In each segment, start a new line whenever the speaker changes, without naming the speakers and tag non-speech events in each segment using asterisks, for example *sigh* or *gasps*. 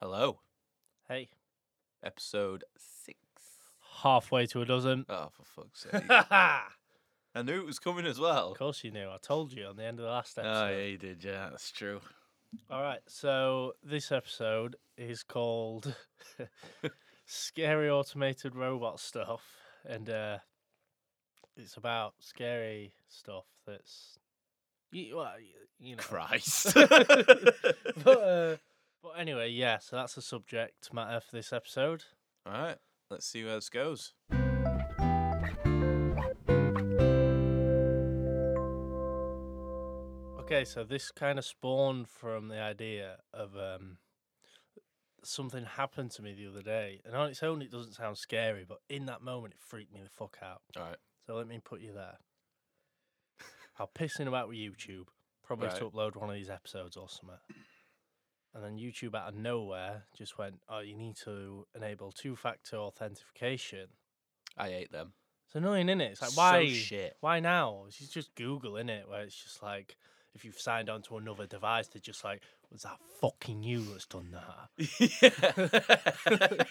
Hello,
Hey,
episode six.
halfway to
*laughs*
a dozen.
Oh, for fuck's sake!
of
I knew it was coming as well.
course you knew. I told you on the end of the last
Oh,
episode.
yeah, you did. Yeah, that's true. *laughs*
All right, so this episode is called *laughs* Scary Automated Robot Stuff. And uh, it's about scary stuff that's, you, well, y- you
*laughs*
know.
Christ.
*laughs* but, uh, but anyway, yeah, so that's the subject matter for this episode.
All right, let's see where this goes.
Okay, so this kind of spawned from the idea of um, something happened to me the other day, and on its own, it doesn't sound scary, but in that moment, it freaked me the fuck out.
All right.
So let me put you there. I'm pissing about with YouTube, probably to
Right.
upload one of these episodes or something. And then YouTube out of nowhere just went, "Oh, you need to enable two-factor authentication."
I hate them.
It's annoying, is It's like
So
why?
*laughs* shit.
Why now? It's just Google, in it, where it's just like if you've signed on to another device, they're just like, was that fucking you that's done that? *laughs*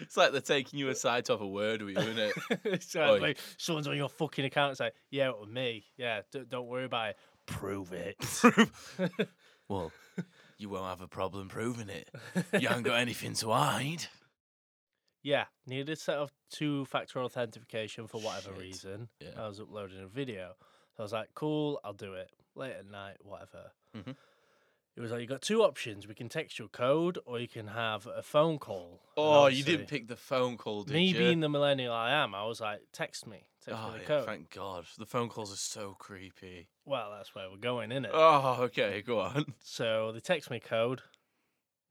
it's like they're taking you aside to have a word with you, isn't *laughs* it?
it's
Oi.
like, like someone's on your fucking account. It's like, yeah, it was me. Yeah, d- don't worry about it. Prove it. *laughs*
well, you won't have a problem proving it. You haven't got anything to hide.
yeah, needed set of two-factor authentication for whatever
Shit.
reason.
Yeah.
I was uploading a video, so I was like, cool, I'll do it late at night, whatever.
Mhm.
It was like you got two options: we can text your code, or you can have a phone call.
*laughs*
And
Oh, you
obviously-
didn't pick the phone call, did
me
you?
being the millennial I am, I was like, text me, text
oh,
me the
yeah,
code.
thank God. The phone calls are so creepy.
well, that's where we're going, innit? it.
Oh, okay, go on. *laughs*
so they text me code,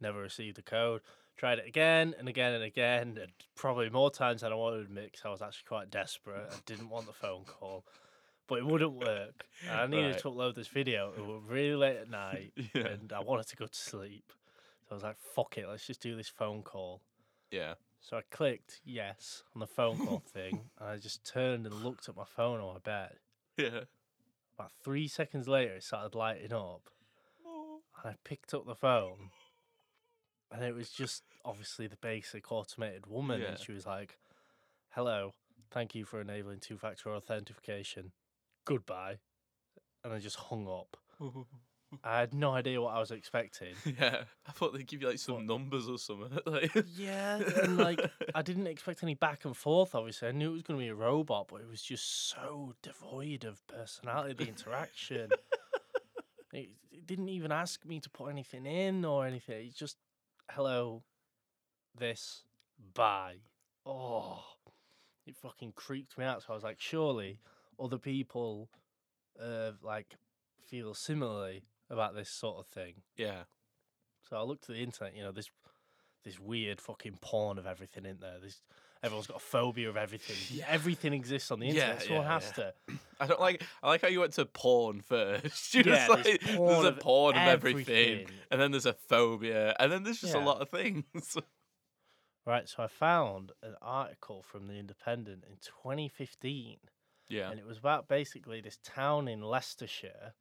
never received the code. Tried it again and again and again, and probably more times than I wanted to admit 'cause I was actually quite desperate. I didn't want the phone call, but it wouldn't work. And I needed
Right.
to upload this video. It was really late at night,
*laughs* Yeah.
and I wanted to go to sleep. So I was like, fuck it, let's just do this phone call.
Yeah.
So I clicked yes on the phone
*laughs*
call thing, and I just turned and looked at my phone on my bed.
Yeah.
About three seconds later, it started lighting up, and I picked up the phone, and it was just obviously the basic automated woman,
Yeah.
and she was like, "Hello, thank you for enabling two-factor authentication. Goodbye," and I just hung up. I had no idea what I
*laughs*
was expecting.
*laughs* yeah. I thought they'd give you like some
What?
numbers or something. *laughs* like,
Yeah, and like *laughs* I didn't expect any back and forth. Obviously, I knew it was going to be a robot, but it was just so devoid of personality, the interaction. it, it didn't even ask me to put anything in or anything. It's just hello, this, bye. Oh, it fucking creeped me out. So I was like, surely other people, uh, like, feel similarly about this sort of thing.
*laughs* yeah.
So I looked at the internet, you know, this this weird fucking porn of everything in there. This everyone's got a phobia of everything.
*laughs* Yeah.
Everything exists on the
Yeah,
internet. Someone
yeah,
has
yeah.
to.
I don't like. I like how you went to porn first. *laughs* You
Yeah,
yeah,
there's
like,
porn
there's a
of
porn of everything.
everything.
and then there's a phobia, and then there's just
Yeah.
a lot of things. *laughs*
Right, so I found an article from the Independent in 2015,
yeah.
and it was about basically this town in Leicestershire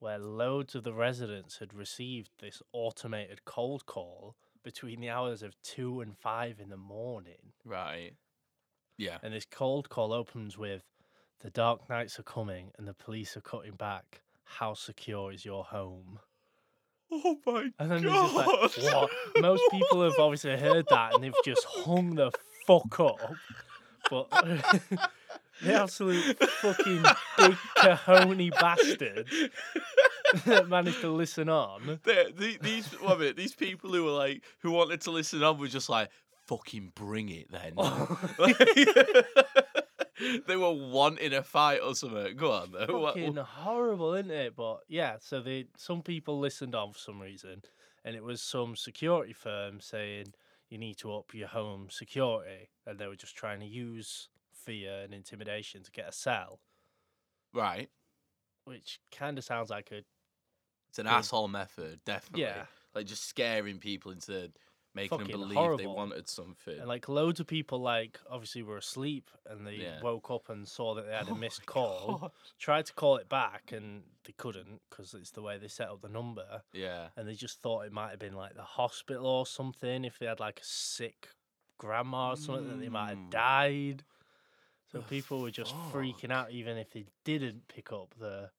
where loads of the residents had received this automated cold call between the hours of two and five in the morning.
Right. Yeah.
And this cold call opens with The dark nights are coming and the police are cutting back. How secure is your home?
Oh my
And then they're just like, what? *laughs* Most people have obviously heard that and they've just hung the fuck up. But *laughs* the absolute fucking big cajoni bastard *laughs* that managed to
*laughs*
listen on. *laughs*
The- the- these one minute, these people who were like who wanted to listen on were just like fucking bring it then.
Oh.
Like, *laughs* they were wanting a fight or something. Go on though. What-
Fucking horrible, isn't it? But yeah, so they some people listened on for some reason, and it was some security firm saying you need to up your home security, and they were just trying to use fear and intimidation to get a sell,
right.
which kind of sounds like a
It's an
Yeah.
asshole method, definitely.
yeah,
Like just scaring people into making them
Fucking
believe they
horrible.
wanted something.
And like loads of people, like obviously were asleep and they
Yeah.
woke up and saw that they
*laughs*
had
Oh
a
my
missed call.
God.
Tried to call it back and they couldn't because it's the way they set up the number.
Yeah.
*laughs* And they just thought it might have been like the hospital or something. If they had like a sick grandma or something, that they might
Mm.
have died. So
The
people were just freaking out, even if they didn't pick up the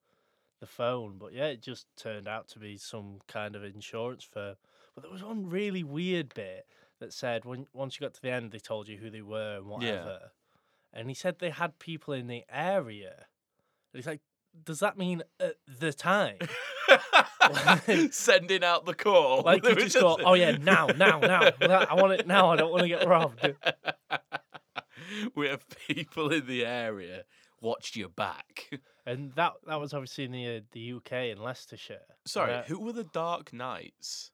the phone. But yeah, it just turned out to be some kind of insurance firm. But there was one really weird bit that said when once you got to the end, they told you who they were and whatever. And he said they had people in the area. And he's like, does that mean at the time? Like-
Sending out the *laughs* call.
Like
They
you
were
just go, oh
*laughs*
yeah, now, now, now. I want it now. I don't want to get robbed.
*laughs* we have people in the area watched your back.
And that that was obviously in the uh, the UK in Leicestershire.
Sorry,
Yeah.
who were the Dark Knights?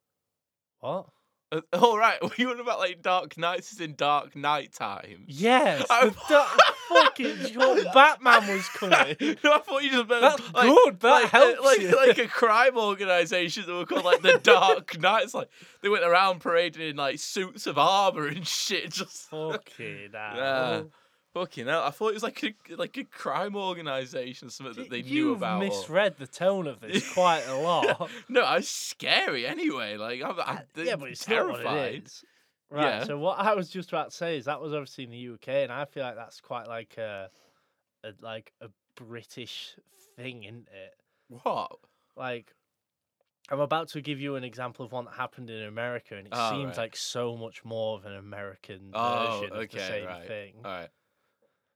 What?
Uh, *laughs* all right, we were about like Dark Knights is in Dark Night times.
Yes,
Oh.
the da- fucking sure
*laughs*
Batman was coming.
no, *laughs* I thought you just meant
That's
like,
good. That
like, uh,
helps.
like,
you. *laughs*
like a crime organization that were called like the *laughs* Dark Knights. Like they went around parading in like suits of armor and shit. Just
fucking hell.
Yeah. fucking hell. I thought it was like a like a crime organization, something that they knew
You've
about. or-
misread the tone of this quite a
*laughs*
lot.
No, I was scary anyway. Like I'm, I,
Uh, yeah, but it's not what
terrified.
it is. Right.
Yeah.
So what I was just about to say is that was obviously in the UK, and I feel like that's quite like a, a like a British thing, isn't it?
What?
like I'm about to give you an example of one that happened in America, and it
Oh,
seems
right.
like so much more of an American
Oh,
version of the
okay,
same
right. Uh
thing.
All right.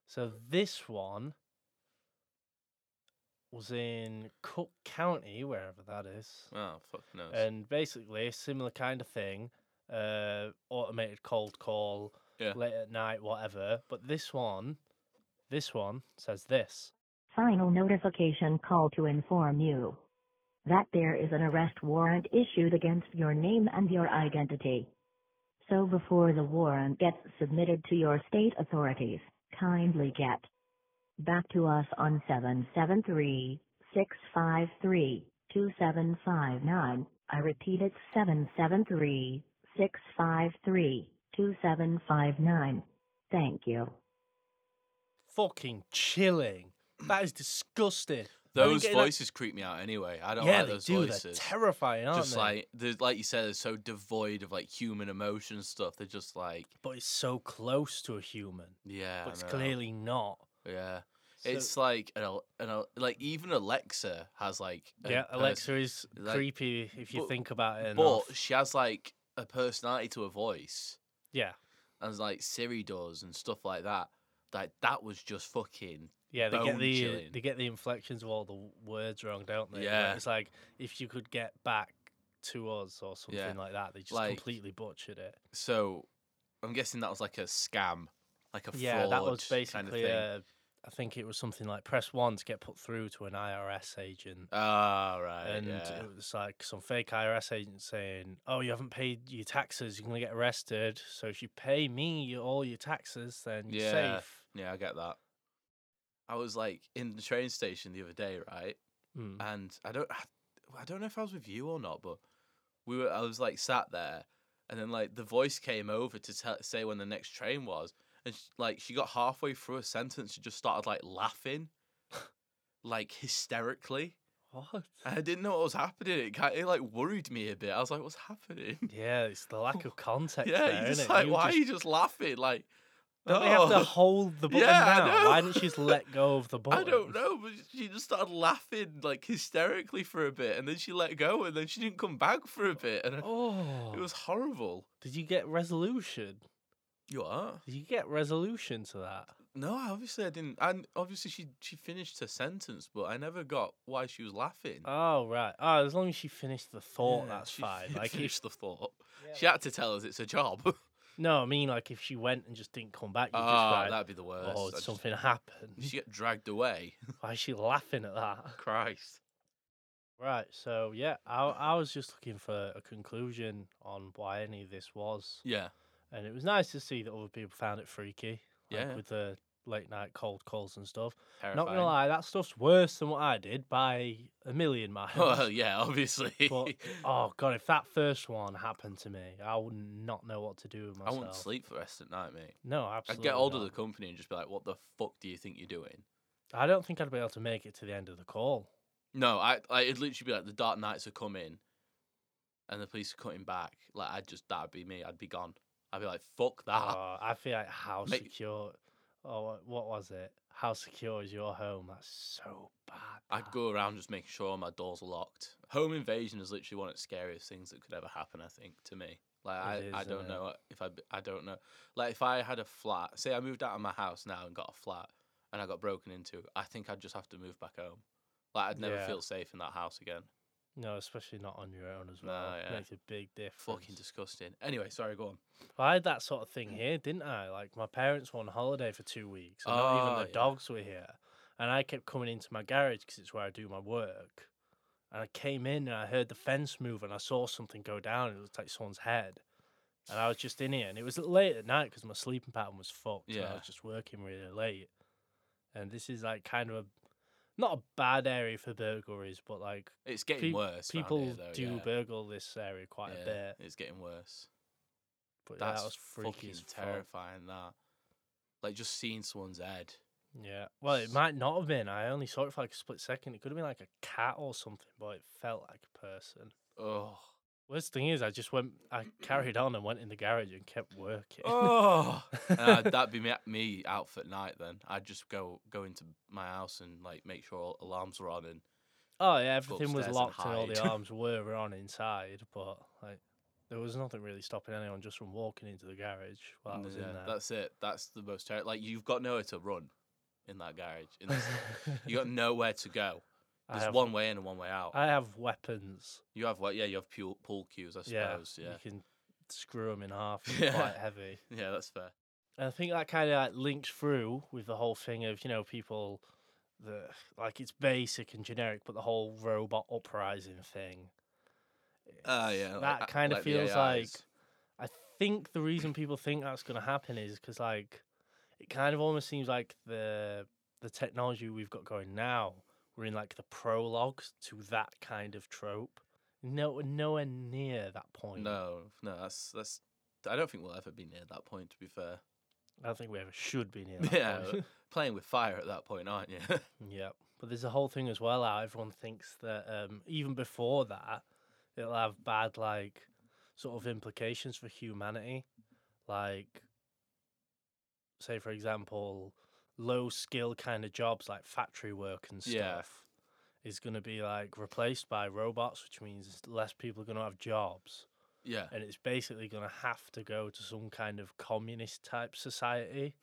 So this one was in Cook County, wherever that is,
Oh fuck no.
and basically a similar kind of thing, uh, automated cold call
Yeah.
late at night, whatever. But this one, this one says this.
Final notification call to inform you that there is an arrest warrant issued against your name and your identity. So before the warrant gets submitted to your state authorities, kindly get back to us on 773-653-2759. I repeat it's 773-653-2759. Thank you.
Fucking chilling. That is disgusting. I think
Those
getting that-
voices creep me out anyway. I don't
yeah,
like
they
those
do. They're
voices.
terrifying, aren't
just
they?
like there's like you said, they're so devoid of like human emotion and stuff. They're just like
but it's so close to a human,
yeah.
but it's
no.
clearly not.
yeah.
So-
it's like an, al- an al- like even Alexa has like a
yeah,
pers-
Alexa is
like-
creepy if you
but-
think about it.
but
Enough.
she has like a personality to her voice,
yeah,
and like Siri does and stuff like that. Like that was just fucking
yeah, they get
bone
the uh,
chilling.
they get the inflections of all the w- words wrong, don't they? Like,
Yeah.
it's like if you could get back to us or something
Yeah,
like that. They just
like-
completely butchered it.
so. I'm guessing that was like a scam, like a
Yeah, that was
fraud kind of
basically.
thing.
uh, I think it was something like press one to get put through to an IRS agent.
Ah, right.
and
yeah.
it was like some fake IRS agent saying, "Oh, you haven't paid your taxes, you're gonna get arrested. So if you pay me your- all your taxes, then you're
Yeah.
safe."
Yeah, I get that. I was like in the train station the other day, right? *laughs*
Mm.
And I don't, I, I don't know if I was with you or not, but we were. I was like sat there, and then like the voice came over to tell, say when the next train was, and sh like she got halfway through a sentence, she just started like
*laughs*
laughing, like hysterically.
What?
And I didn't know what was happening. It, ki- it like worried me a bit. I was like, "What's happening?"
yeah, it's the lack of context.
*laughs*
there,
yeah, you
innit?
just like,
You
why
just-
are you just laughing? Like,
don't they have to
"Oh." *laughs*
hold the button
Yeah, I
down?
know.
Why didn't she just let go of the button?
*laughs* I don't know, but she just started laughing like hysterically for a bit, and then she let go, and then she didn't come back for a bit, and I-
Oh,
it was horrible.
did you get resolution?
You are?
Did you get resolution to that?
No, I- obviously I didn't. And obviously she she finished her sentence, but I never got why she was laughing.
Oh right. Oh, as long as she finished the thought,
Yeah,
that's
she *laughs*
fine.
fin-
Like if
finished the thought. She had to tell us it's a job.
no, I mean like if she went and just didn't come back, you just
Ah,
write,
that'd be the worst.
Oh,
I just-
something
*laughs*
happened.
She got dragged away.
Why is she laughing at that?
Christ.
Right. So yeah, I I was just looking for a conclusion on why any of this was,
Yeah.
and it was nice to see that other people found it freaky. like
Yeah.
With the late night cold calls and stuff.
Terrifying.
Not gonna
*laughs*
lie, that stuff's worse than what I did by a million miles.
*laughs* Well, yeah, obviously. *laughs*
But oh god, if that first one happened to me, I would not know what to do with
I
myself.
wouldn't sleep for the rest of the night, mate.
No, absolutely.
I'd get hold of
not.
the company and just be like, "What the fuck do you think you're doing?"
I don't think I'd be able to make it to the end of the call.
No, I, I it'd literally be like the Dark Knights are coming, and the police are cutting back. Like I'd just that'd be me. I'd be gone. I'd be like, "Fuck that."
Oh, I feel like how
Ah. Mate-
secure. Oh, what- what was it? How secure is your home? That's so bad.
I'd
that.
go around just making sure all my doors are locked. Home invasion is literally one of the scariest things that could ever happen. I think to me, like I,
It is,
I
isn't
don't
it?
know if I I don't know. Like if I had a flat, say I moved out of my house now and got a flat, and I got broken into, I think I'd just have to move back home. Like I'd never
Yeah.
feel safe in that house again.
No, especially not on your own as
No,
well.
yeah.
Makes a big difference.
Fucking disgusting. Anyway, sorry, go on.
Well, I had that sort of thing
Mm.
here, didn't I? Like my parents were on holiday for two weeks, and not
Oh,
even the
yeah.
dogs were here. And I kept coming into my garage because it's where I do my work. And I came in and I heard the fence move, and I saw something go down. It looked like someone's head. And I was just in here, and it was late at night because my sleeping pattern was fucked. and I
Yeah.
was just working really late. And this is like kind of a not a bad area for burglaries, but like
It's getting
Pe-
worse. round
people
here, though,
do
yeah.
burgle this area quite
Yeah,
a bit.
It's getting worse.
But yeah,
That's
that was freaky
fucking
as fuck.
terrifying. That, like, just seeing someone's head.
Yeah. Well, it
S-
might not have been. I only saw it for like a split second. It could have been like a cat or something, but it felt like a person.
Oh,
Worst thing is, I just went, I carried on and went in the garage and kept working.
oh. And I'd-
*laughs*
that'd be me, me out for the night. Then I'd just go go into my house and like make sure all alarms were on. And
oh, yeah, everything
upstairs
was
and
locked and, all the
hide.
arms were on inside, but like there was nothing really stopping anyone just from walking into the garage while I was
yeah,
in *laughs* there.
that's it. That's the most terrible. Like you've got nowhere to run in that garage. In
*laughs*
this, you got nowhere to go.
I
There's
have-
one way in and one way out.
I have weapons.
you have what? Yeah, you have pool, pool cues, I
yeah,
suppose. Yeah,
*laughs* You can screw them in half.
*laughs*
and
Yeah.
Quite heavy.
yeah, that's fair.
And I think that kind of like links through with the whole thing of you know people that like it's basic and generic, but the whole robot uprising thing.
Ah,
It's-
yeah, like-
that
uh,
kind of
like the
feels like
AIs.
I think the reason people think that's going to happen is because like it kind of almost seems like the the technology we've got going now we're in like the prologues to that kind of trope. No, we're nowhere near that point.
No, no, that's that's. I don't think we'll ever be near that point. To be fair,
I don't think we ever
*laughs*
should be near that
Yeah,
point.
playing with fire at that point, aren't you? *laughs*
Yeah, but there's a whole thing as well how everyone thinks that um, even before that, it'll have bad like sort of implications for humanity. Like, say for example, low skill kind of jobs like factory work and stuff
Yeah.
is going to be like replaced by robots, which means less people are going to have jobs,
yeah,
and it's basically going to have to go to some kind of communist type society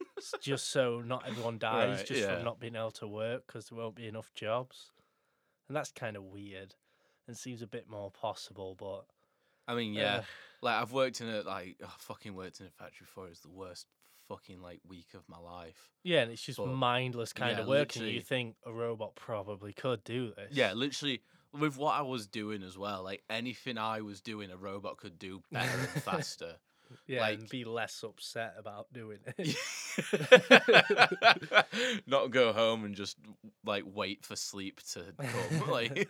*laughs*
s- just so not everyone dies
Right,
just
yeah.
from not being able to work because there won't be enough jobs. And that's kind of weird and seems a bit more possible, but
I mean, yeah.
uh,
like I've worked in a like oh, fucking worked in a factory before. It's the worst fucking like week of my life.
yeah, and it's just
But,
mindless kind
yeah,
of work. And
literally-
you think a robot probably could do this.
Yeah, literally with what I was doing as well. Like anything I was doing, a robot could do better and faster.
*laughs*
*laughs*
yeah,
like-
and be less upset about doing it.
Not go home and just like wait for sleep to come. *laughs* like,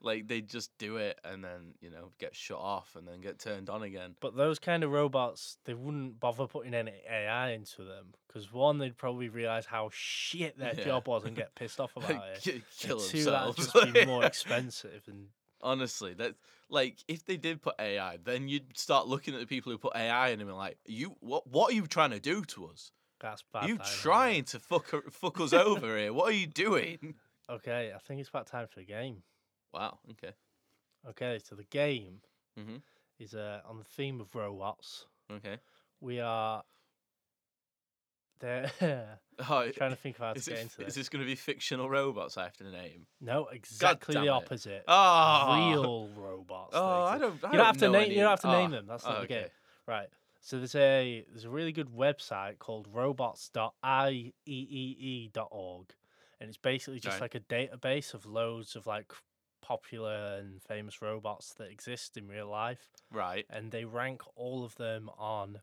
like they just do it and then you know get shut off and then get turned on again.
But those kind of robots, they wouldn't bother putting any AI into them because one, they'd probably realize how shit their
Yeah.
job was and get
*laughs*
pissed off about it.
K- Kill
and two, that'd
themselves. *laughs*
just be more expensive and
Honestly, that like if they did put AI, then you'd start looking at the people who put AI in and be like, "You what? What are you trying to do to us?
that's bad.
you
timing, isn't it?
trying to fuck o- fuck
*laughs*
us over here? What are you doing?"
Okay, I think it's about time for the game.
Wow. Okay.
Okay, so the game
Mhm.
is uh, on the theme of robots.
Okay.
We are there *laughs*
Oh,
trying to think of how to
is,
get
it,
into
is
this.
this going to be fictional robots I have to name?
No, exactly
damn
the
it.
opposite.
Oh,
Real
*laughs*
robots. that
Oh, I
exist.
don't. I
You don't have to
know
name.
any-
You don't have to
oh,
name them. That's not
oh,
the game. Right. So there's a there's a really good website called E robots.ieee.org, and it's basically just
Right.
like a database of loads of like popular and famous robots that exist in real life,
Right.
and they rank all of them on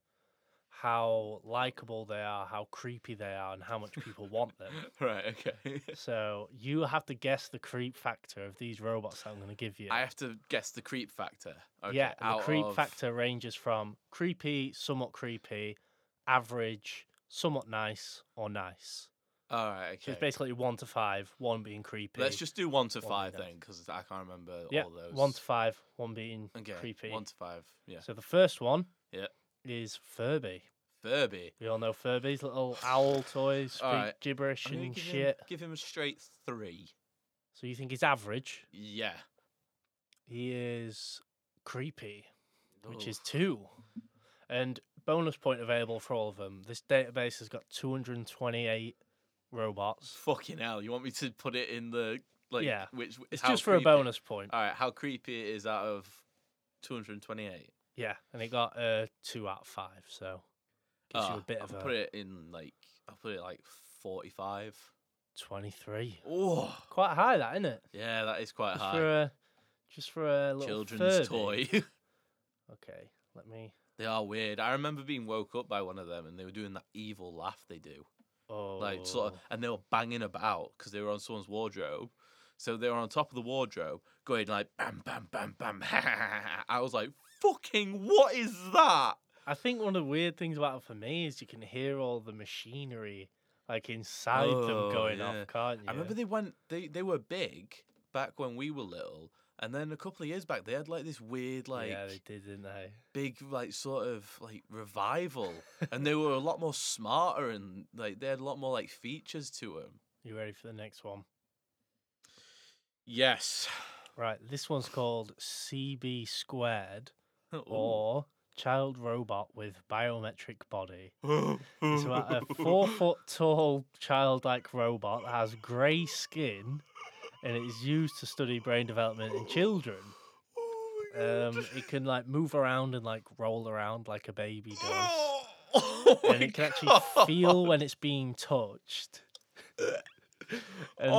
how likable they are, how creepy they are, and how much people want them.
*laughs* Right, okay.
So you have to guess the creep factor of these robots that I'm going to give you.
I have to guess the creep factor. Okay,
yeah, the
out
creep
of-
factor ranges from creepy, somewhat creepy, average, somewhat nice, or nice.
All right, okay.
So it's basically one to five, one being creepy.
Let's just do one to
One
five
minute.
then, because I can't remember
yeah,
all those.
one to five, one being
okay,
creepy.
One to five. Yeah.
So the first one
Yeah.
is Furby.
Furby.
We all know Furby's little owl toys, speak
All right.
gibberish
I'm gonna
and
give him-
shit.
give him a straight three.
So you think he's average?
Yeah.
He is creepy, which
Ooh.
is two. And bonus point available for all of them. This database has got 228 robots.
fucking hell. You want me to put it in the like?
Yeah.
Which
It's
how
just for a
creepy-
bonus point.
All right, how creepy it is out of two hundred and twenty-eight.
Yeah, and it got uh, two out of five, so gives you a bit
Ah, I'll
of a
put it in like I'll put it like forty-five.
23.
Oh,
Quite high, that, isn't it?
yeah, that is quite
Just
high.
for a just for a little
Children's
Furby.
toy. *laughs*
Okay, let me.
they are weird. I remember being woke up by one of them, and they were doing that evil laugh they do.
Oh,
like sort of, and they were banging about because they were on someone's wardrobe. So they were on top of the wardrobe, going like bam, bam, bam, bam. *laughs* I was like, "Fucking what is that?"
I think one of the weird things about it for me is you can hear all the machinery like inside
Oh,
them going
yeah.
off, can't you?
I remember they went. They they were big back when we were little, and then a couple of years back, they had like this weird, like
yeah, they did, didn't they?
big, like sort of like revival, and they were a lot more smarter and like they had a lot more like features to them.
You ready for the next one?
*laughs* Yes.
Right, this one's called CB squared or child robot with biometric body.
*laughs*
It's about a four foot tall childlike robot that has grey skin and it is used to study brain development in children.
Oh
Um, it can like move around and like roll around like a baby
Oh
does. and it can actually feel when it's being touched. and, uh,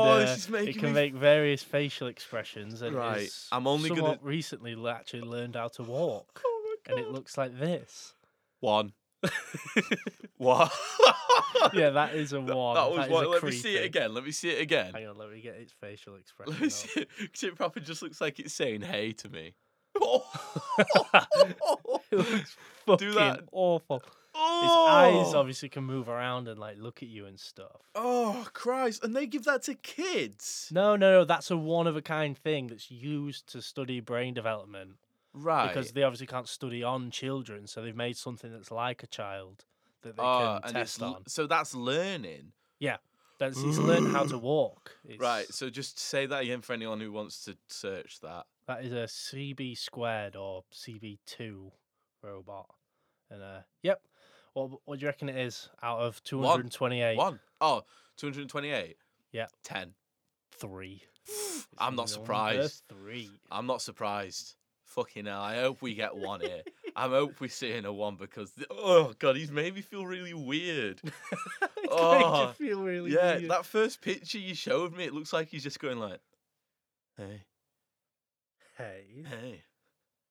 Oh, this is
it
making
can
me-
make various facial expressions. And
Right,
is
I'm only gonna-
somewhat recently le- actually learned how to walk,
Oh my
and it looks like
*laughs*
this. *laughs*
One. One.
Yeah, that is a one.
That was
is
one.
a
Let me see it
creepy.
again. Let me see it again.
Hang on, let me get its facial
*laughs*
expression.
Let me
up. *laughs*
see *laughs* it. 'Cause it probably just looks like it's saying hey to me. *laughs*
It looks fucking
that.
awful. Its eyes obviously can move around and like look at you and stuff.
Oh Christ! And they give that to kids,
No, no, no. That's a one of a kind thing that's used to study brain development.
right?
because they obviously can't study on children, so they've made something that's like a child that they
Ah,
can
and it's
test
l-
on.
so that's learning,
That's it's learn how to walk. It's,
right? So just say that again for anyone who wants to search that.
that is a CB squared or CB two robot, and uh, yep. What what do you reckon it is out of two hundred and twenty eight?
One. Oh, 228.
Yeah.
Ten.
Three.
*sighs* I'm not
Number
surprised. *laughs*
Three. *laughs*
I'm not surprised. Fucking hell! I hope we get one here. I hope we're seeing a one because oh god, he's made me feel really weird.
It's
Oh,
made you feel *laughs* really
Yeah,
weird.
that first picture you showed me, it looks like he's just going like, "Hey,
Hey.
hey,"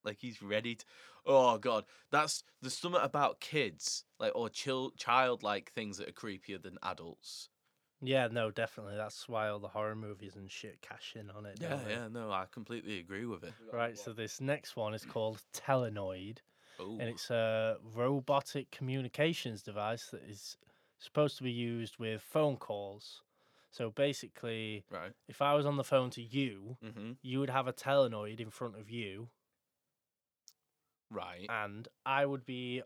like he's ready. To... Oh God, that's the something about kids, like or chill, childlike things that are creepier than adults.
Yeah, no, definitely. That's why all the horror movies and shit cash in on it.
Yeah,
don't they?
yeah, no, I completely agree with it.
Right, so this next one is called Telenoid.
Oh,
and it's a robotic communications device that is supposed to be used with phone calls. So basically,
right.
if I was on the phone to you,
Mm-hmm.
you would have a telenoid in front of you,
Right.
and I would be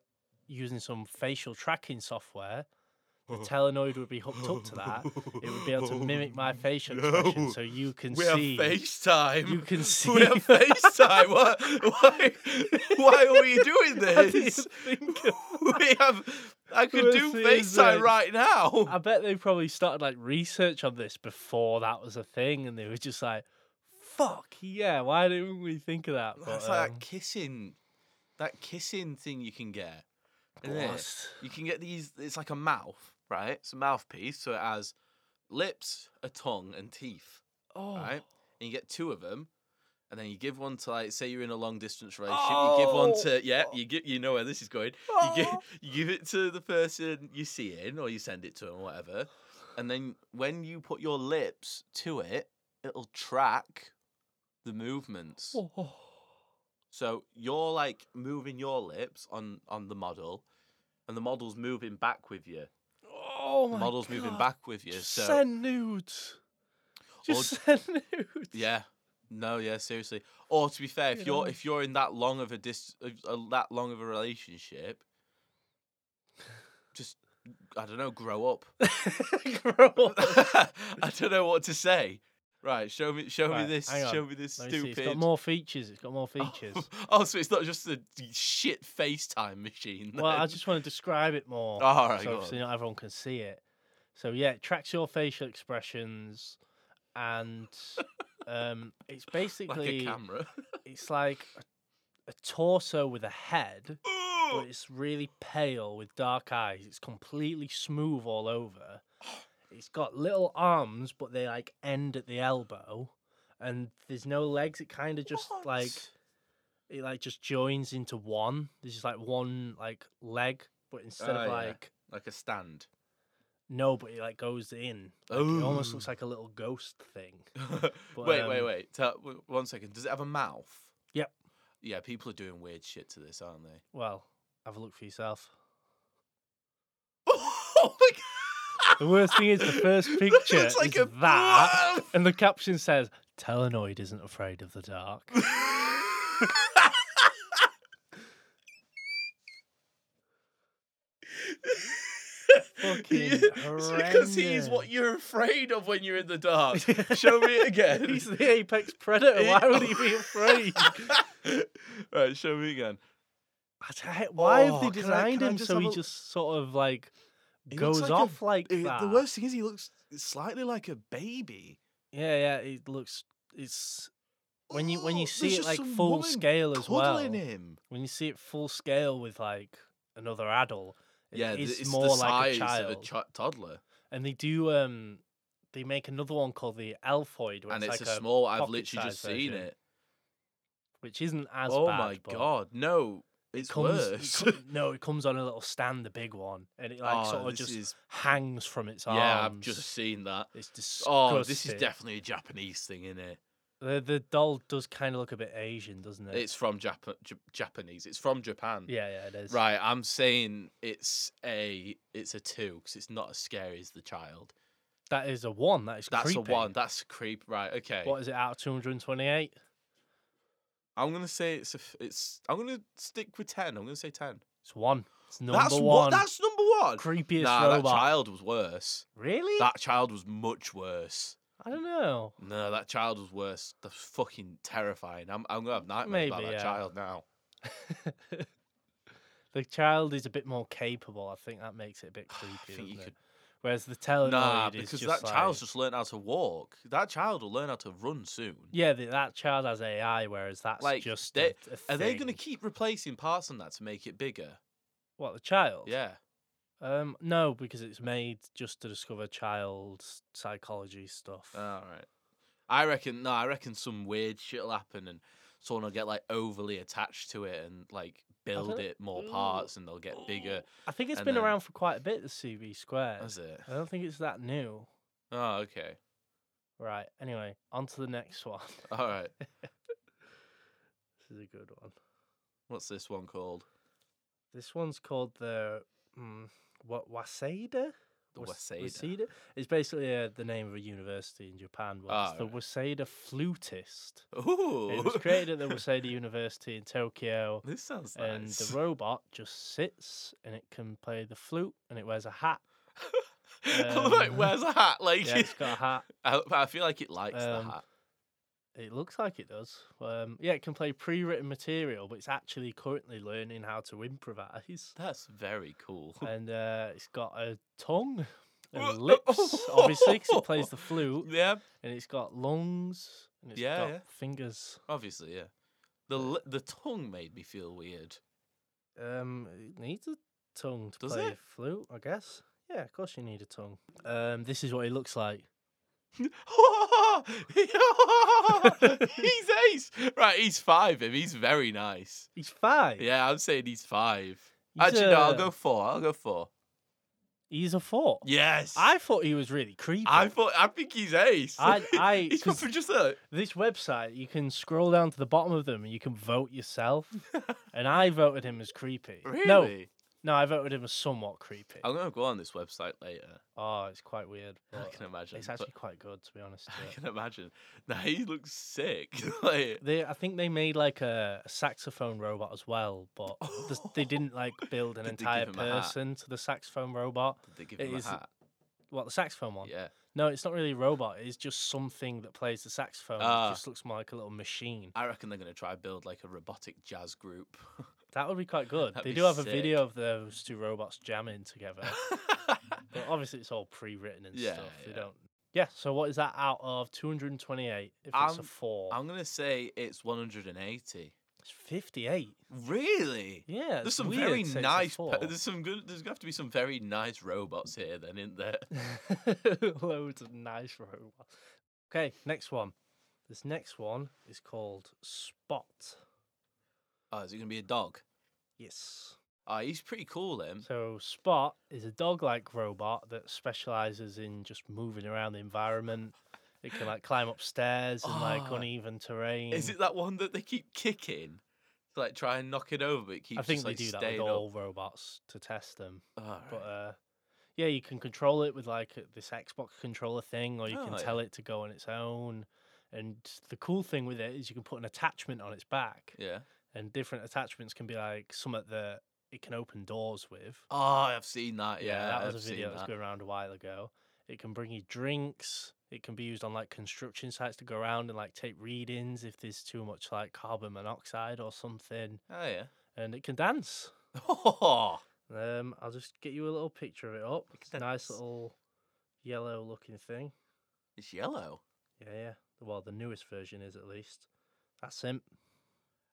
using some facial tracking software.
*laughs*
The telenoid would be hooked up to that. It would be able to mimic
*laughs*
my facial expression,
No.
so you can
We have
see.
FaceTime. *laughs*
You can see.
We have FaceTime. What? Why? Why are we
*laughs*
doing
I didn't
this? *laughs*
think *laughs* of
we have. I could
We're
do
seeing
FaceTime
this.
right now.
I bet they probably started like research on this before that was a thing, and they were just like, "Fuck yeah, why didn't we think of that?"
*laughs* That's
But,
like
um,
that kissing, that kissing thing you can get.
um,
isn't it?
blast.
You can get these. It's like a mouth, right? It's a mouthpiece, so it has lips, a tongue, and teeth.
Oh, *laughs*
Right, and you get two of them, and then you give one to like say you're in a long distance relationship. You give
Oh!
one to yeah, you give you know where this is going. You give *laughs* you give it to the person you see in, or you send it to them, whatever. And then when you put your lips to it, it'll track the movements. So you're like moving your lips on on the model, and the model's moving back with you.
Oh
The
my
model's
God.
moving back with you.
Just
So
send nudes. Just send *laughs* nudes.
yeah, no, yeah, seriously. Or to be fair, if
Good
you're
on
if you're in that long of a dis of- uh, that long of a
*sighs*
relationship, just I don't know, grow up.
Grow up.
*laughs* I don't know what to say. Right, show me, show
Right,
me this,
hang on.
show me this
Let me see,
stupid. *laughs*
It's got more features. It's got more features.
oh, so it's not just a shit FaceTime *laughs* machine.
Well, I
then.
just want to describe it more.
Oh, all right,
so
go
obviously not everyone can see it. So yeah, it tracks your facial expressions, and um, it's
*laughs* like a
basically
camera. *laughs*
it's like a, a torso with a head,
Oh.
but it's really pale with dark eyes. It's completely smooth all over.
*sighs*
It's got little arms, but they like end at the elbow, and there's no legs. It kind of just like it like just joins into one. There's just like one like leg, but instead
Ah,
of
yeah.
like
like a stand.
no, but it like goes in. Like, it almost looks
Ooh. *laughs*
like a little ghost thing.
wait, wait,
um,
wait. Ta- w- one second. Does it have a mouth?
Yep.
Yeah, people are doing weird shit to this, aren't
*laughs*
they? *laughs*
Well, have a look for yourself.
oh my god!
The worst thing
*laughs*
is the first
That
picture
looks like
is
a *laughs*
that, and the caption says, "Telenoid isn't afraid of the dark." Fucking
because he's what
horrendous.
you're afraid of when you're in the
*laughs*
dark. *laughs* *laughs* Show me it again. Oh,
He's the apex predator.
He-
Why would
*laughs*
he be afraid?
right, show me again.
I don't know, Why have
Oh,
they
can I-
designed
can I
him
just
so
have
he
a-
just sort of like
He looks like
goes
a-
off like that?
the worst thing is he looks slightly like a baby.
Yeah, yeah. It looks. It's when you when
Oh,
you
there's
see it
just
like
some
full
woman
scale as well.
Cuddling him.
When you see it full scale with like another adult, it
Yeah, th-
is
it's
more
the
like
size
a child.
of a chi- toddler,
and they do um, they make another one called the Elfoid, which
and
is
it's
like
a small. I've
pocket
literally just
size
seen
version.
it.
which isn't as
oh
bad,
my
but
god, no,
It
it's
comes, it
worse. *laughs*
com- no, it comes on a little stand, the big one, and it like
Oh,
sort of
this
just
is-
hangs from its arms.
yeah, I've just seen that.
It's disgusting.
Oh, this is definitely a Japanese thing, isn't it?
the the doll does kind of look a bit Asian, doesn't it?
It's from Jap- J- Japanese. It's from Japan.
yeah, yeah, it is.
Right, I'm saying it's a it's a two because it's not as scary as the child.
That is a one. That is
That's
creepy.
a one. That's creep. Right. Okay.
What is it out of 228?
I'm gonna say it's a f- it's. I'm gonna stick with ten. I'm gonna say ten.
It's one. It's number
that's
one.
what. That's number one.
Creepiest
nah, that
robot.
child was worse.
Really?
That child was much worse.
I don't know. *laughs*
No, that child was worse. That's fucking terrifying. I'm, I'm gonna have nightmares about
Maybe,
that
yeah.
child now.
the child is a bit more capable. I think that makes it a bit creepy.
*sighs* I think you
doesn't it?
could.
Whereas the telenoid
Nah,
Oh, is
because
just
that
like,
child's just learned how to walk. That child will learn how to run soon.
yeah, th- that child has AI, whereas that's
Like,
just
they-
a, a
Are they gonna
thing.
keep replacing parts on that to make it bigger?
what the child?
Yeah.
Um, no, because it's made just to discover child psychology stuff.
All right. I reckon. No, I reckon some weird shit'll happen, and someone will get like overly attached to it and like build
don't- Oh,
it more
Ooh,
parts, and they'll get bigger.
I think it's
and
been
then-
around for quite a bit. The CB squared.
Is it?
I don't think it's that new.
Oh, okay.
Right. Anyway, on to the
*laughs*
next one. *laughs*
All right.
this is a good one.
What's this one called?
This one's called the mm, what Waseda.
The
Was-
Waseda.
Waseda? It's basically uh, the name of a university in Japan. But
Ah,
it's the
right.
Waseda flutist.
*laughs* Ooh.
It was created
*laughs*
at the Waseda University in Tokyo.
This sounds
And
nice.
the robot just sits and it can play the flute and it wears
*laughs*
a hat.
*laughs* I'm like,
um,
where's a hat? Like,
Yeah, it's got a hat.
I, *laughs* I feel like it likes
Um,
the hat.
It looks like it does. Um, yeah, it can play pre written material, but it's actually currently learning how to improvise.
That's very cool. *laughs*
and uh, it's got a tongue
Hmm. Wha- *laughs*
and lips, obviously, 'cause it plays the flute.
yeah,
And it's got lungs and it's
Yeah,
got
yeah.
fingers.
obviously, yeah. The li- the tongue made me feel
*laughs*
weird. *laughs*
Um, it needs a tongue to
Does
play
it?
flute, I guess. Yeah, of course you need a tongue. Um, this is what he looks like.
he's ace. Right, he's five. Him, he's very nice.
He's five.
Yeah, I'm saying he's five.
He's
Actually, no, I'll
a-
go four. I'll go four.
He's a four.
Yes,
I thought he was really creepy.
I thought I think he's ace.
I- I-
*laughs* he's
'cause-
probably just a
this website, you can scroll down to the bottom of them and you can
*laughs*
vote yourself. and I voted him as creepy.
really.
No, no, I voted him as somewhat creepy.
I'm gonna go on this website later.
Oh, it's quite weird.
I
but
can imagine.
It's
but-
actually quite good, to be honest.
*laughs*
yeah.
I can imagine. Now he looks sick. *laughs* like,
They, I think they made like a, a saxophone robot as well, but the,
*laughs*
they didn't like build an
Did they give
entire
him a hat?
person to the saxophone robot.
did they give
It
him a
is-
hat?
What the saxophone one?
Yeah.
No, it's not really a robot. It's just something that plays the saxophone.
Ah.
it just looks more like a little machine.
I reckon they're gonna try build like a robotic jazz *laughs* group.
That would be quite good.
That'd
they
be
do have a
sick.
video of those two robots jamming together, but obviously it's all pre-written and
Yeah,
stuff. They
yeah.
don't. Yeah. So what is that out of 228? If it's a
I'm-
four,
I'm gonna say it's 180.
it's 58.
Really?
Yeah.
There's
it's
some
weird
very
to say it's a
nice. pe-
four.
there's some good. There's gonna have to be some very nice robots here, then, isn't there?
*laughs* Loads of nice robots. Okay, next one. This next one is called Spot.
Oh, is it gonna be a dog?
Yes.
Oh, he's pretty cool, him.
So Spot is a dog-like robot that specializes in just moving around the environment. It can like climb upstairs and like
Ah,
uneven terrain.
Is it that one that they keep kicking? To, like try and knock it over, but it keeps
I think
just, like,
they do that
staying
with
up.
all robots to test them.
Alright.
But uh, yeah, you can control it with like a- this Xbox controller thing, or you
Oh,
can
yeah.
tell it to go on its own. And the cool thing with it is you can put an attachment on its back,
yeah.
and different attachments can be like some of the it can open doors with.
Oh, I've seen that. Yeah,
that was
I've
a video
seen
that was
that.
going around a while ago. It can bring you drinks. It can be used on like construction sites to go around and like take readings if there's too much like carbon monoxide or something.
Oh yeah.
And it can dance.
Oh,
Um, I'll just get you a little picture of it up.
It
It's a nice
does.
little yellow looking thing.
*laughs* it's yellow.
Yeah, yeah. Well, the newest version is at least. That's him.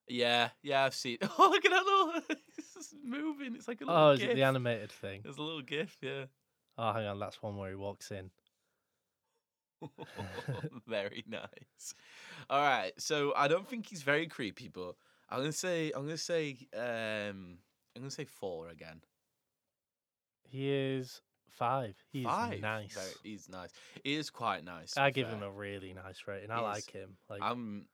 Yeah, yeah, I've seen. *laughs* Oh, look at that little. *laughs* It's just moving. It's like a little
Oh, is
gif.
it the animated thing?
It's a little gif,
*laughs*
yeah. *laughs*
Oh, hang on. That's one where he walks in.
very nice. All right, so I don't think he's very creepy, but I'm gonna say I'm gonna say um I'm gonna say four again.
He is five. He's
Five.
nice.
Very, he's nice. He is quite nice. to
I
be
give him
fair.
a really nice rating. I
He is-
like him. Like
I'm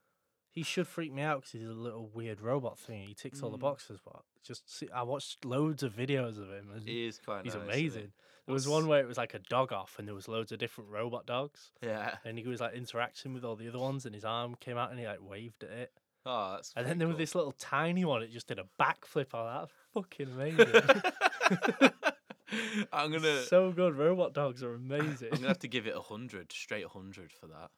he should freak me out because he's a little weird robot thing. He ticks all the
Mm.
boxes, but just see, I watched loads of videos of him. And
he is quite.
he's
nice, I think.
amazing. There was
What's-
one where it was like a dog off, and there was loads of different robot dogs.
Yeah. *laughs*
and he was like interacting with all the other ones, and his arm came out and he like waved at it.
Oh, that's.
And
pretty
then there was
cool. *laughs*
this little tiny one, it just did a backflip. Oh, that's fucking amazing.
I'm gonna.
*laughs* So good. Robot dogs are amazing.
*laughs* I'm gonna have to give it a hundred, straight hundred for that.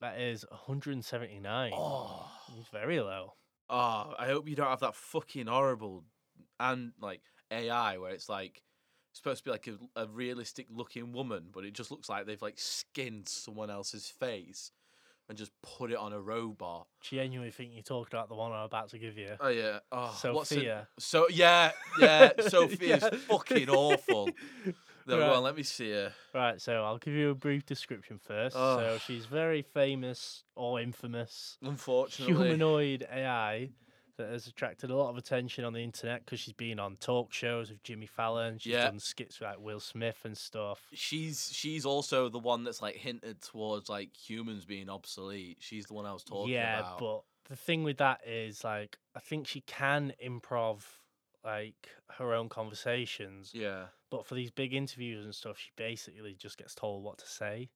that is 179.
Oh,
It's very low.
oh! I hope you don't have that fucking horrible and like AI where it's like supposed to be like a, a realistic looking woman, but it just looks like they've like skinned someone else's face and just put it on a robot.
Genuinely think you're talking about the one I'm about to give you.
Oh yeah. Oh, what's it?
Sophia.
So yeah,
*laughs*
yeah. Sophia's
Yeah.
fucking awful. No,
Right.
go on, let me see her.
*laughs* Right, so I'll give you a brief description first. So
Oh.
she's very famous or infamous
Unfortunately,
humanoid AI that has attracted a lot of attention on the internet because she's been on talk shows with Jimmy Fallon. She's
Yeah.
done skits with like Will Smith and stuff.
she's she's also the one that's like hinted towards like humans being obsolete. She's the one I was talking
yeah,
about.
but the thing with that is like I think she can improv like her own conversations,
yeah,
but for these big interviews and stuff, she basically just gets told what to say.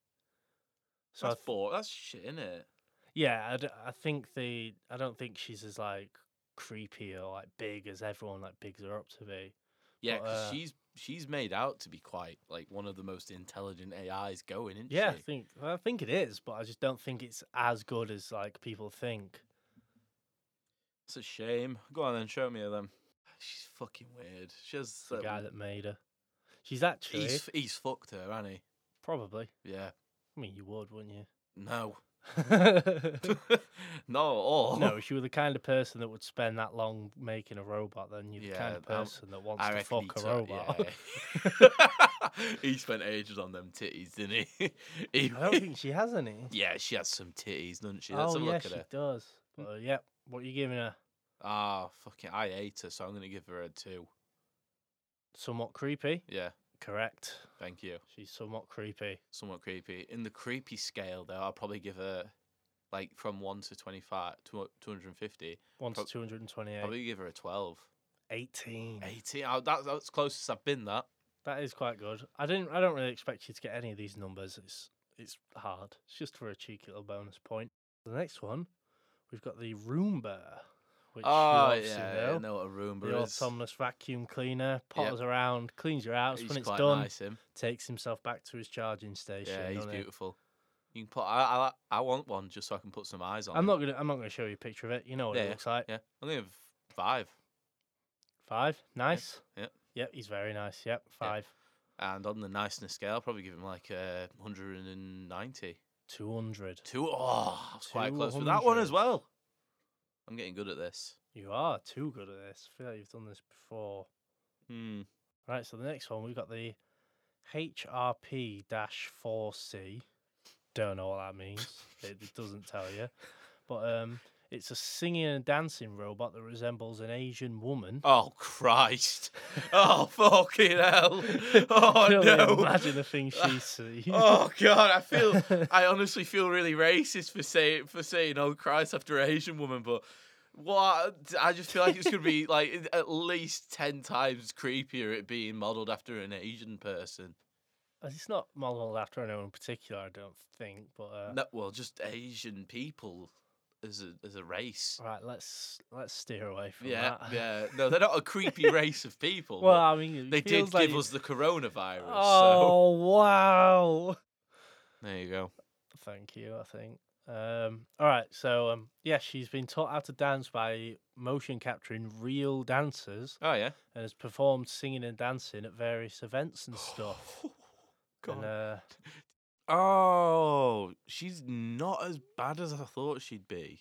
So I
that's
th-
bored. That's shit, is it?
yeah, I, d- I think the I don't think she's as like creepy or like big as everyone like bigs her up to be.
Yeah,
But,
'cause
uh,
she's she's made out to be quite like one of the most intelligent AIs going, isn't
Yeah, I
she?
think I think it is, but I just don't think it's as good as like people think.
It's a shame. Go on then, show me her then. She's fucking weird. She has
The
that-
guy that made her, she's actually
he's he's fucked her, hasn't he?
probably.
Yeah.
I mean, you would, wouldn't
No.
*laughs*
*laughs*
you?
no at all.
no, if you were the kind of person that would spend that long making a robot, then you're the kind
Yeah, um,
of
I'm-
person that wants to fuck a
he
robot.
took- yeah. he spent ages on them titties, didn't he? *laughs* he
*laughs* I don't think she has any.
*laughs* yeah, she has some titties, doesn't she? Let's
oh,
have a
yeah,
look at
she
her. Hmm.
does. Well, yep. What are you giving her?
Ah, fucking, I hate her, so I'm gonna give her a two.
Somewhat creepy.
Yeah,
Correct.
thank you.
She's somewhat creepy.
Somewhat creepy. In the creepy scale, though, I'll probably give her like from one to 25, tw- 250.
One to
Prob-
228.
Probably give her a 12.
18.
18. Oh, that, that's closest I've been. That
That is quite good. I didn't. I don't really expect you to get any of these numbers. It's it's hard. It's just for a cheeky little bonus point. The next one, we've got the Roomba, which you
oh
obviously
yeah,
know.
I know what a Roomba
the
is.
autonomous vacuum cleaner potters around, cleans your house.
He's
when it's
quite
done,
nice. Him.
takes himself back to his charging station.
Yeah, he's
doesn't he?
beautiful. You can put. I, I I want one just so I can put some eyes on.
I'm
him.
not gonna. I'm not gonna show you a picture of it. You know what
Yeah,
it looks like.
Yeah, I'm gonna have five.
Five. Nice.
yeah.
Yep. He's very nice. Yep. Five.
And on the niceness scale, I'll probably give him like uh, 190.
Two hundred.
Two. Oh, I was quite close with that one as
200.
well. I'm getting good at this.
You are too good at this. I feel like you've done this before.
Hmm.
Right, so the next one we've got the HRP 4C. Don't know what that means.
*laughs*
it, it doesn't tell you. But um, it's a singing and dancing robot that resembles an Asian woman.
Oh Christ! Oh fucking hell!
*laughs*
Oh
Can only
no!
Imagine the
*laughs*
thing she sees.
Oh god, I feel
*laughs*
I honestly feel really racist for saying for saying oh Christ after an Asian woman, but what I just feel like it's gonna
*laughs*
be like at least ten times creepier it being modelled after an Asian person.
It's not modeled after anyone in particular, I don't think. But uh,
No, well, just Asian people as a as a race.
right, let's let's steer away from
Yeah,
that.
yeah. No, they're not a creepy race of people.
*laughs* Well,
Well,
I mean, it
they
feels
did
like
give
you-
us the coronavirus. So
Oh wow!
there you go.
Thank you, I think. Um, all right, so um, yeah, she's been taught how to dance by motion capturing real dancers
Oh yeah.
and has performed singing and dancing at various events and stuff.
Oh, God.
And, uh,
Oh, she's not as bad as I thought she'd be.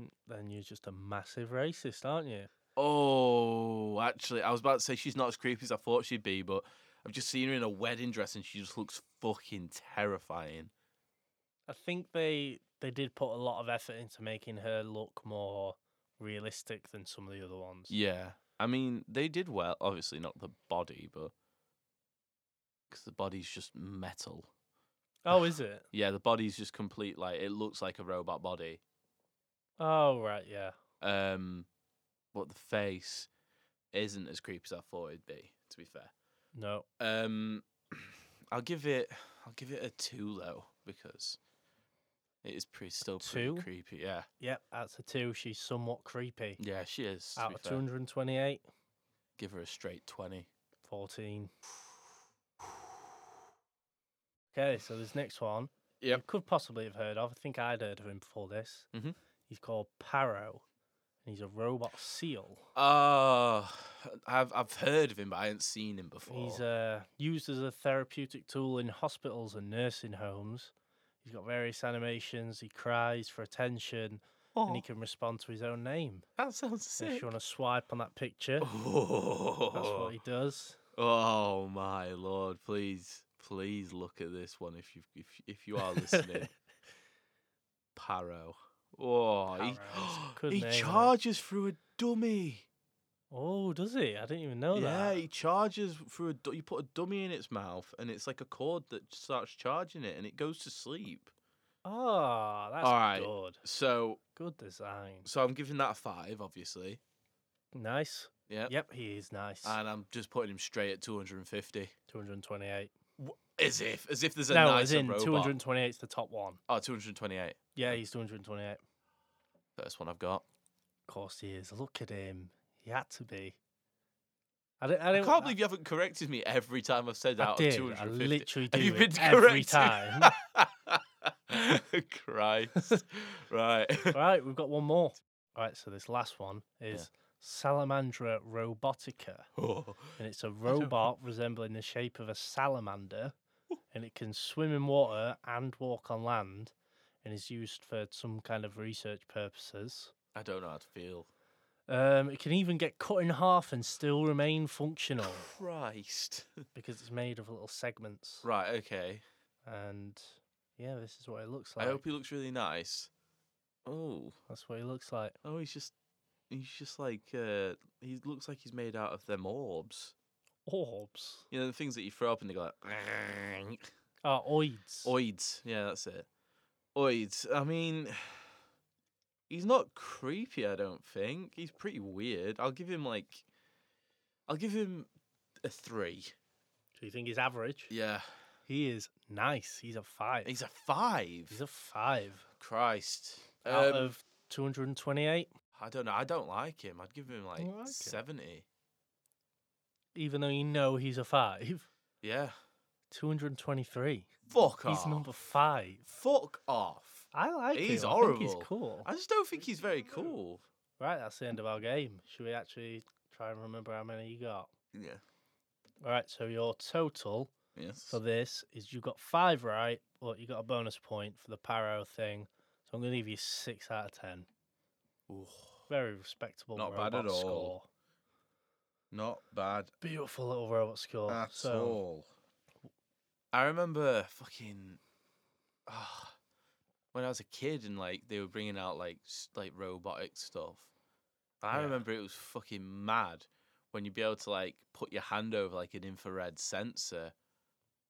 n- then you're just a massive racist, aren't you?
Oh, actually, I was about to say she's not as creepy as I thought she'd be, but I've just seen her in a wedding dress and she just looks fucking terrifying.
I think they they did put a lot of effort into making her look more realistic than some of the other ones.
Yeah. I mean, they did well. Obviously, not the body, but. Because the body's just metal.
Oh, is it?
Yeah, the body's just complete, like, it looks like a robot body.
Oh, right, yeah.
Um, But the face isn't as creepy as I thought it'd be, to be fair.
No,
Um, *sighs* I'll give it. I'll give it a two though because it is pretty still pretty
two?
creepy. Yeah,
yep, that's a two. She's somewhat creepy.
yeah, she is. to
Out
be
of
fair.
228,
Give her a straight twenty.
14. Okay, so this next one you
Yep.
could possibly have heard of. I think I'd heard of him before this.
Mhm.
He's called Paro, and he's a robot seal.
Oh, I've I've heard of him, but I haven't seen him before.
He's uh, used as a therapeutic tool in hospitals and nursing homes. He's got various animations. He cries for attention, and
oh,
he can respond to his own name.
that sounds
So if
sick. *laughs*
you want to swipe on that picture, that's
Oh,
what he does.
oh my lord! Please, please look at this one if you if if you are listening.
*laughs*
Paro. Oh, *gasps*
Paro, it's a good
he, he
name, isn't it?
charges through a dummy.
Oh, does he? I didn't even know
yeah,
that.
he charges through a. du- You put a dummy in its mouth, and it's like a cord that starts charging it, and it goes to sleep.
Oh, that's
Alright.
good.
So,
Good design.
so I'm giving that a five, obviously.
Nice.
Yeah.
Yep, he is nice.
And I'm just putting him straight at 250.
228.
As if, as if there's a
No, as
nicer
in
robot.
228 is the top one.
Oh, 228.
Yeah, he's 228. Of
First one I've got.
course he is. Look at him. He had to be. I, don't, I,
I
don't,
can't believe you haven't corrected me every time I've said
I
out
did.
of
I
250.
literally
Have
do
you
it
been
every
corrected? *laughs*
time. *laughs*
Christ. right.
All right, we've got one more. All right, so this last one is Salamandra robotica.
*laughs* Oh.
And
*laughs*
it's a robot resembling the shape of a salamander. And it can swim in water and walk on land. And is used for some kind of research purposes.
I don't know how to feel.
Um, it can even get cut in half and still
*laughs*
remain functional
Christ.
because it's made of little segments.
Right, okay.
And yeah, this is what it looks
I
like.
hope he looks really nice. Oh.
That's what it looks like.
Oh, he's just he's just like uh he looks like he's made out of them orbs.
Orbs.
You know, the things that you throw up and they go like
*laughs* Ah, oids.
Oids. Yeah, that's it. Oids. I mean, *sighs* he's not creepy, I don't think. He's pretty weird. I'll give him like, I'll give him a three.
Do you think he's average?
Yeah.
He is nice. He's a five.
He's a five.
He's a five
Christ.
out
Um,
of 228.
I don't know. I don't like him. I'd give him like
like him.
70.
Even though you know he's a five,
Yeah.
223.
Fuck off.
He's number five.
Fuck off.
I like
He's
him. I think
horrible.
he's cool.
I just don't think he's very cool.
Right, that's the end of our game. Should we actually try and remember how many you got?
Yeah.
All right, so your total
Yes.
for this is you got five right, but you got a bonus point for the paro thing. So I'm going to give you six out of ten.
Ooh,
Very respectable.
Not bad
robot
at all.
Score.
not bad
Beautiful little robot score.
at
Oh, so,
all. I remember fucking ah, when I was a kid and like they were bringing out like s- like robotic stuff. I
Yeah.
remember it was fucking mad when you'd be able to like put your hand over like an infrared sensor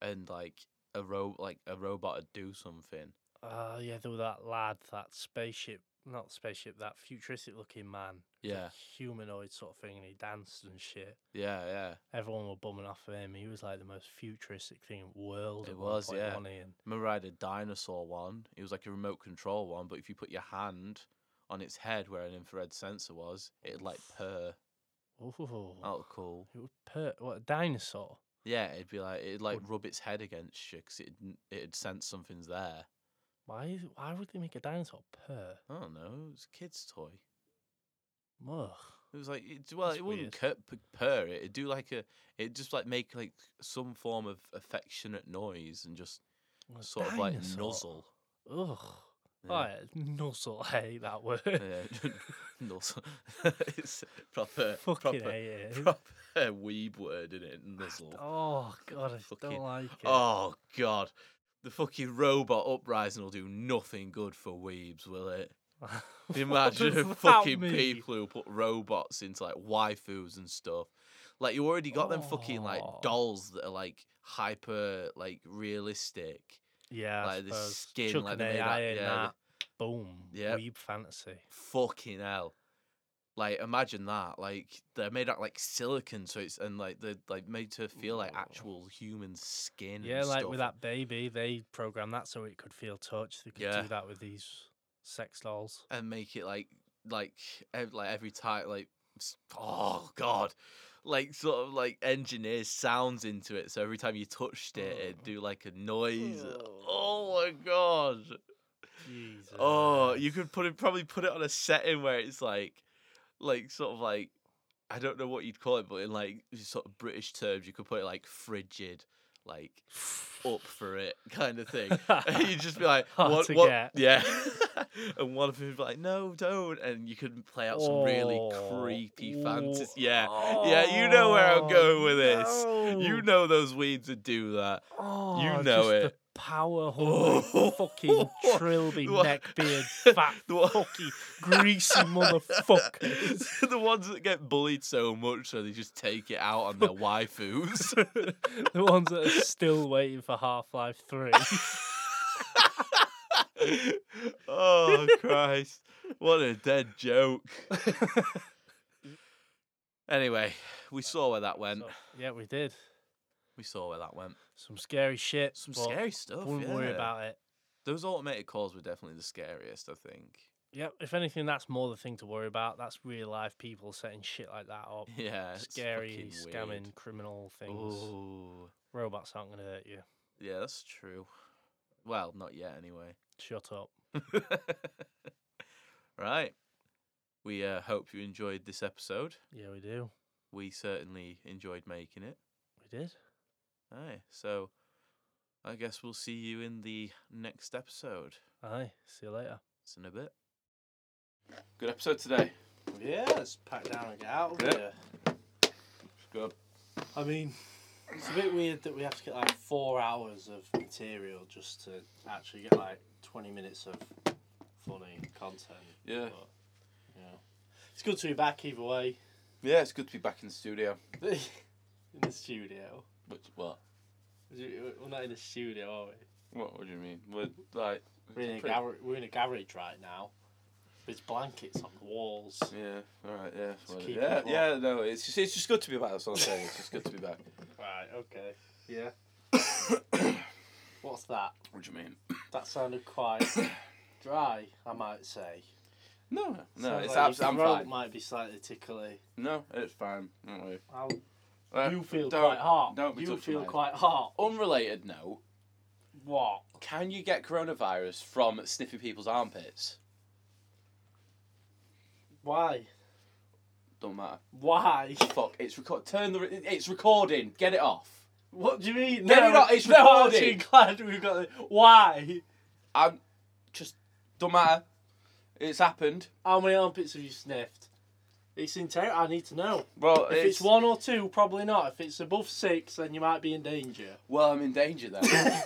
and like a ro- like a robot would do something.
Uh, yeah, there was that lad, that spaceship, not spaceship, that futuristic looking man. It was like
Yeah.
humanoid sort of thing, and he danced and shit.
Yeah, yeah.
Everyone were bumming off of him. He was like the most futuristic thing in the world.
It
at one
was,
point,
yeah.
wasn't he? And
remember I had a dinosaur one. It was like a remote control one, but if you put your hand on its head where an infrared sensor was, it'd like purr.
Ooh.
That was cool.
It would per what a dinosaur.
Yeah, it'd be like it'd like rub its head against you because it it'd sense something's there.
Why? Is, why would they make a dinosaur purr?
I don't know. It was a kid's toy.
Ugh.
It was like it, well,
That's
it wouldn't cur- p- purr. It, it'd do like a it just like make like some form of affectionate noise and just
What a
sort of like
dinosaur.
nuzzle.
Ugh.
Yeah.
Oh, yeah, nuzzle. *laughs* I hate that word.
Yeah, *laughs* nuzzle. it's proper
*laughs* *laughs* Fucking
proper
hate it. *laughs*
proper weeb word in it, nuzzle.
Oh god, I just
Fucking-
don't like it. *laughs*
Oh god. The fucking robot uprising will do nothing good for weebs, will
*laughs*
it?
What
Imagine
does
if
that
fucking
mean?
people who put robots into like waifus and stuff. Like you already got them fucking like
Oh.
dolls that are like hyper like realistic.
Yeah,
like
I
the
suppose.
skin,
Chuck
like
an
they made
AI
that-
in
yeah,
that. Boom.
Yep.
Weeb fantasy.
Fucking hell. Like imagine that. Like they're made out of, like silicon, so it's and like they're like made to feel like
Ooh.
actual human skin.
Yeah,
and
like
stuff.
with that baby, they programmed that so it could feel touch. They could
Yeah.
do that with these sex dolls.
and make it like like ev- like every time like s- oh god like sort of like engineer sounds into it so every time you touched it it'd do like a noise oh my god
Jesus.
oh you could put it probably put it on a setting where it's like like sort of like i don't know what you'd call it but in like sort of british terms you could put it like frigid like up for it kind of thing Oh,
*laughs*
*laughs* you'd just be like,
Hard
what,
to
what?
get.
Yeah. *laughs* and one of them would be like, no, don't. And you could play out some really
Oh,
creepy
ooh,
fantasy. Yeah. yeah, you know where I'm going with this.
no.
You know those weeds that do that.
Oh,
know
just
it.
The
*laughs*
power hungry fucking trilby
What? *laughs*
neckbeard fat
The one-
fucky
*laughs*
greasy motherfucker.
the ones that get bullied so much so they just take it out on their waifus. *laughs*
the ones that are still waiting for Half Life
*laughs*
Three.
oh Christ! What a dead joke. anyway, we saw where that went.
So, yeah, we did
We saw where that went.
some scary shit.
Some
but
scary stuff.
Wouldn't worry
yeah.
about it.
those automated calls were definitely the scariest. I think.
Yep. If anything, that's more the thing to worry about. That's real life people setting shit like that up.
*laughs* Yeah, it's
Oh, scary
fucking
scamming
weird.
criminal things.
Ooh,
Robots aren't gonna hurt you.
yeah, that's true. Well, not yet, anyway. *laughs*
Shut up.
right. We uh, hope you enjoyed this episode.
Yeah, we do.
We certainly enjoyed making it.
We did.
Aye. So I guess we'll see you in the next episode.
Aye. See you later.
It's in a bit. Good episode today.
Yeah, let's pack down and get out of
Yeah.
here.
Good.
I mean, it's a bit weird that we have to get like four hours of material just to actually get like 20 minutes of funny content.
Yeah.
But, yeah. It's good to be back either way
Yeah, it's good to be back in the studio.
in the studio.
Which what?
We're not in the studio, are we?
What? What do you mean? We're like.
We're in, a
pretty-
gar- we're in a garage right now. There's blankets on the walls.
Yeah. All right. Yeah. well,
keep
Yeah.
it warm.
Yeah. No. It's just, it's just good to be back. That's what I'm saying. It's just good to be
*laughs*
back.
Right, okay. Yeah. What's that?
What do you mean?
That sounded quite *coughs* dry, I might say.
No. No.
Sounds
it's
like your
absolutely. I'm
throat
fine.
might be slightly tickly.
No, it's fine. Don't worry.
I'll,
Uh,
you feel
don't-
quite hot.
Don't be
you
touching
feel
mine.
quite hot.
Unrelated note:
What?
Can you get coronavirus from sniffing people's armpits?
Why?
Don't matter.
Why? *laughs*
Fuck! It's record. Turn the. Re- it's recording. Get it off.
What do you mean?
No, no, no, it's
no, I'm
recording.
actually glad we've got it. Why?
I'm just. Don't matter. It's happened.
How many armpits have you sniffed? It's inter. I need to know.
Well,
If it's, one or two, probably not. If it's above six, then you might be in danger. *laughs*
Well, I'm in danger then.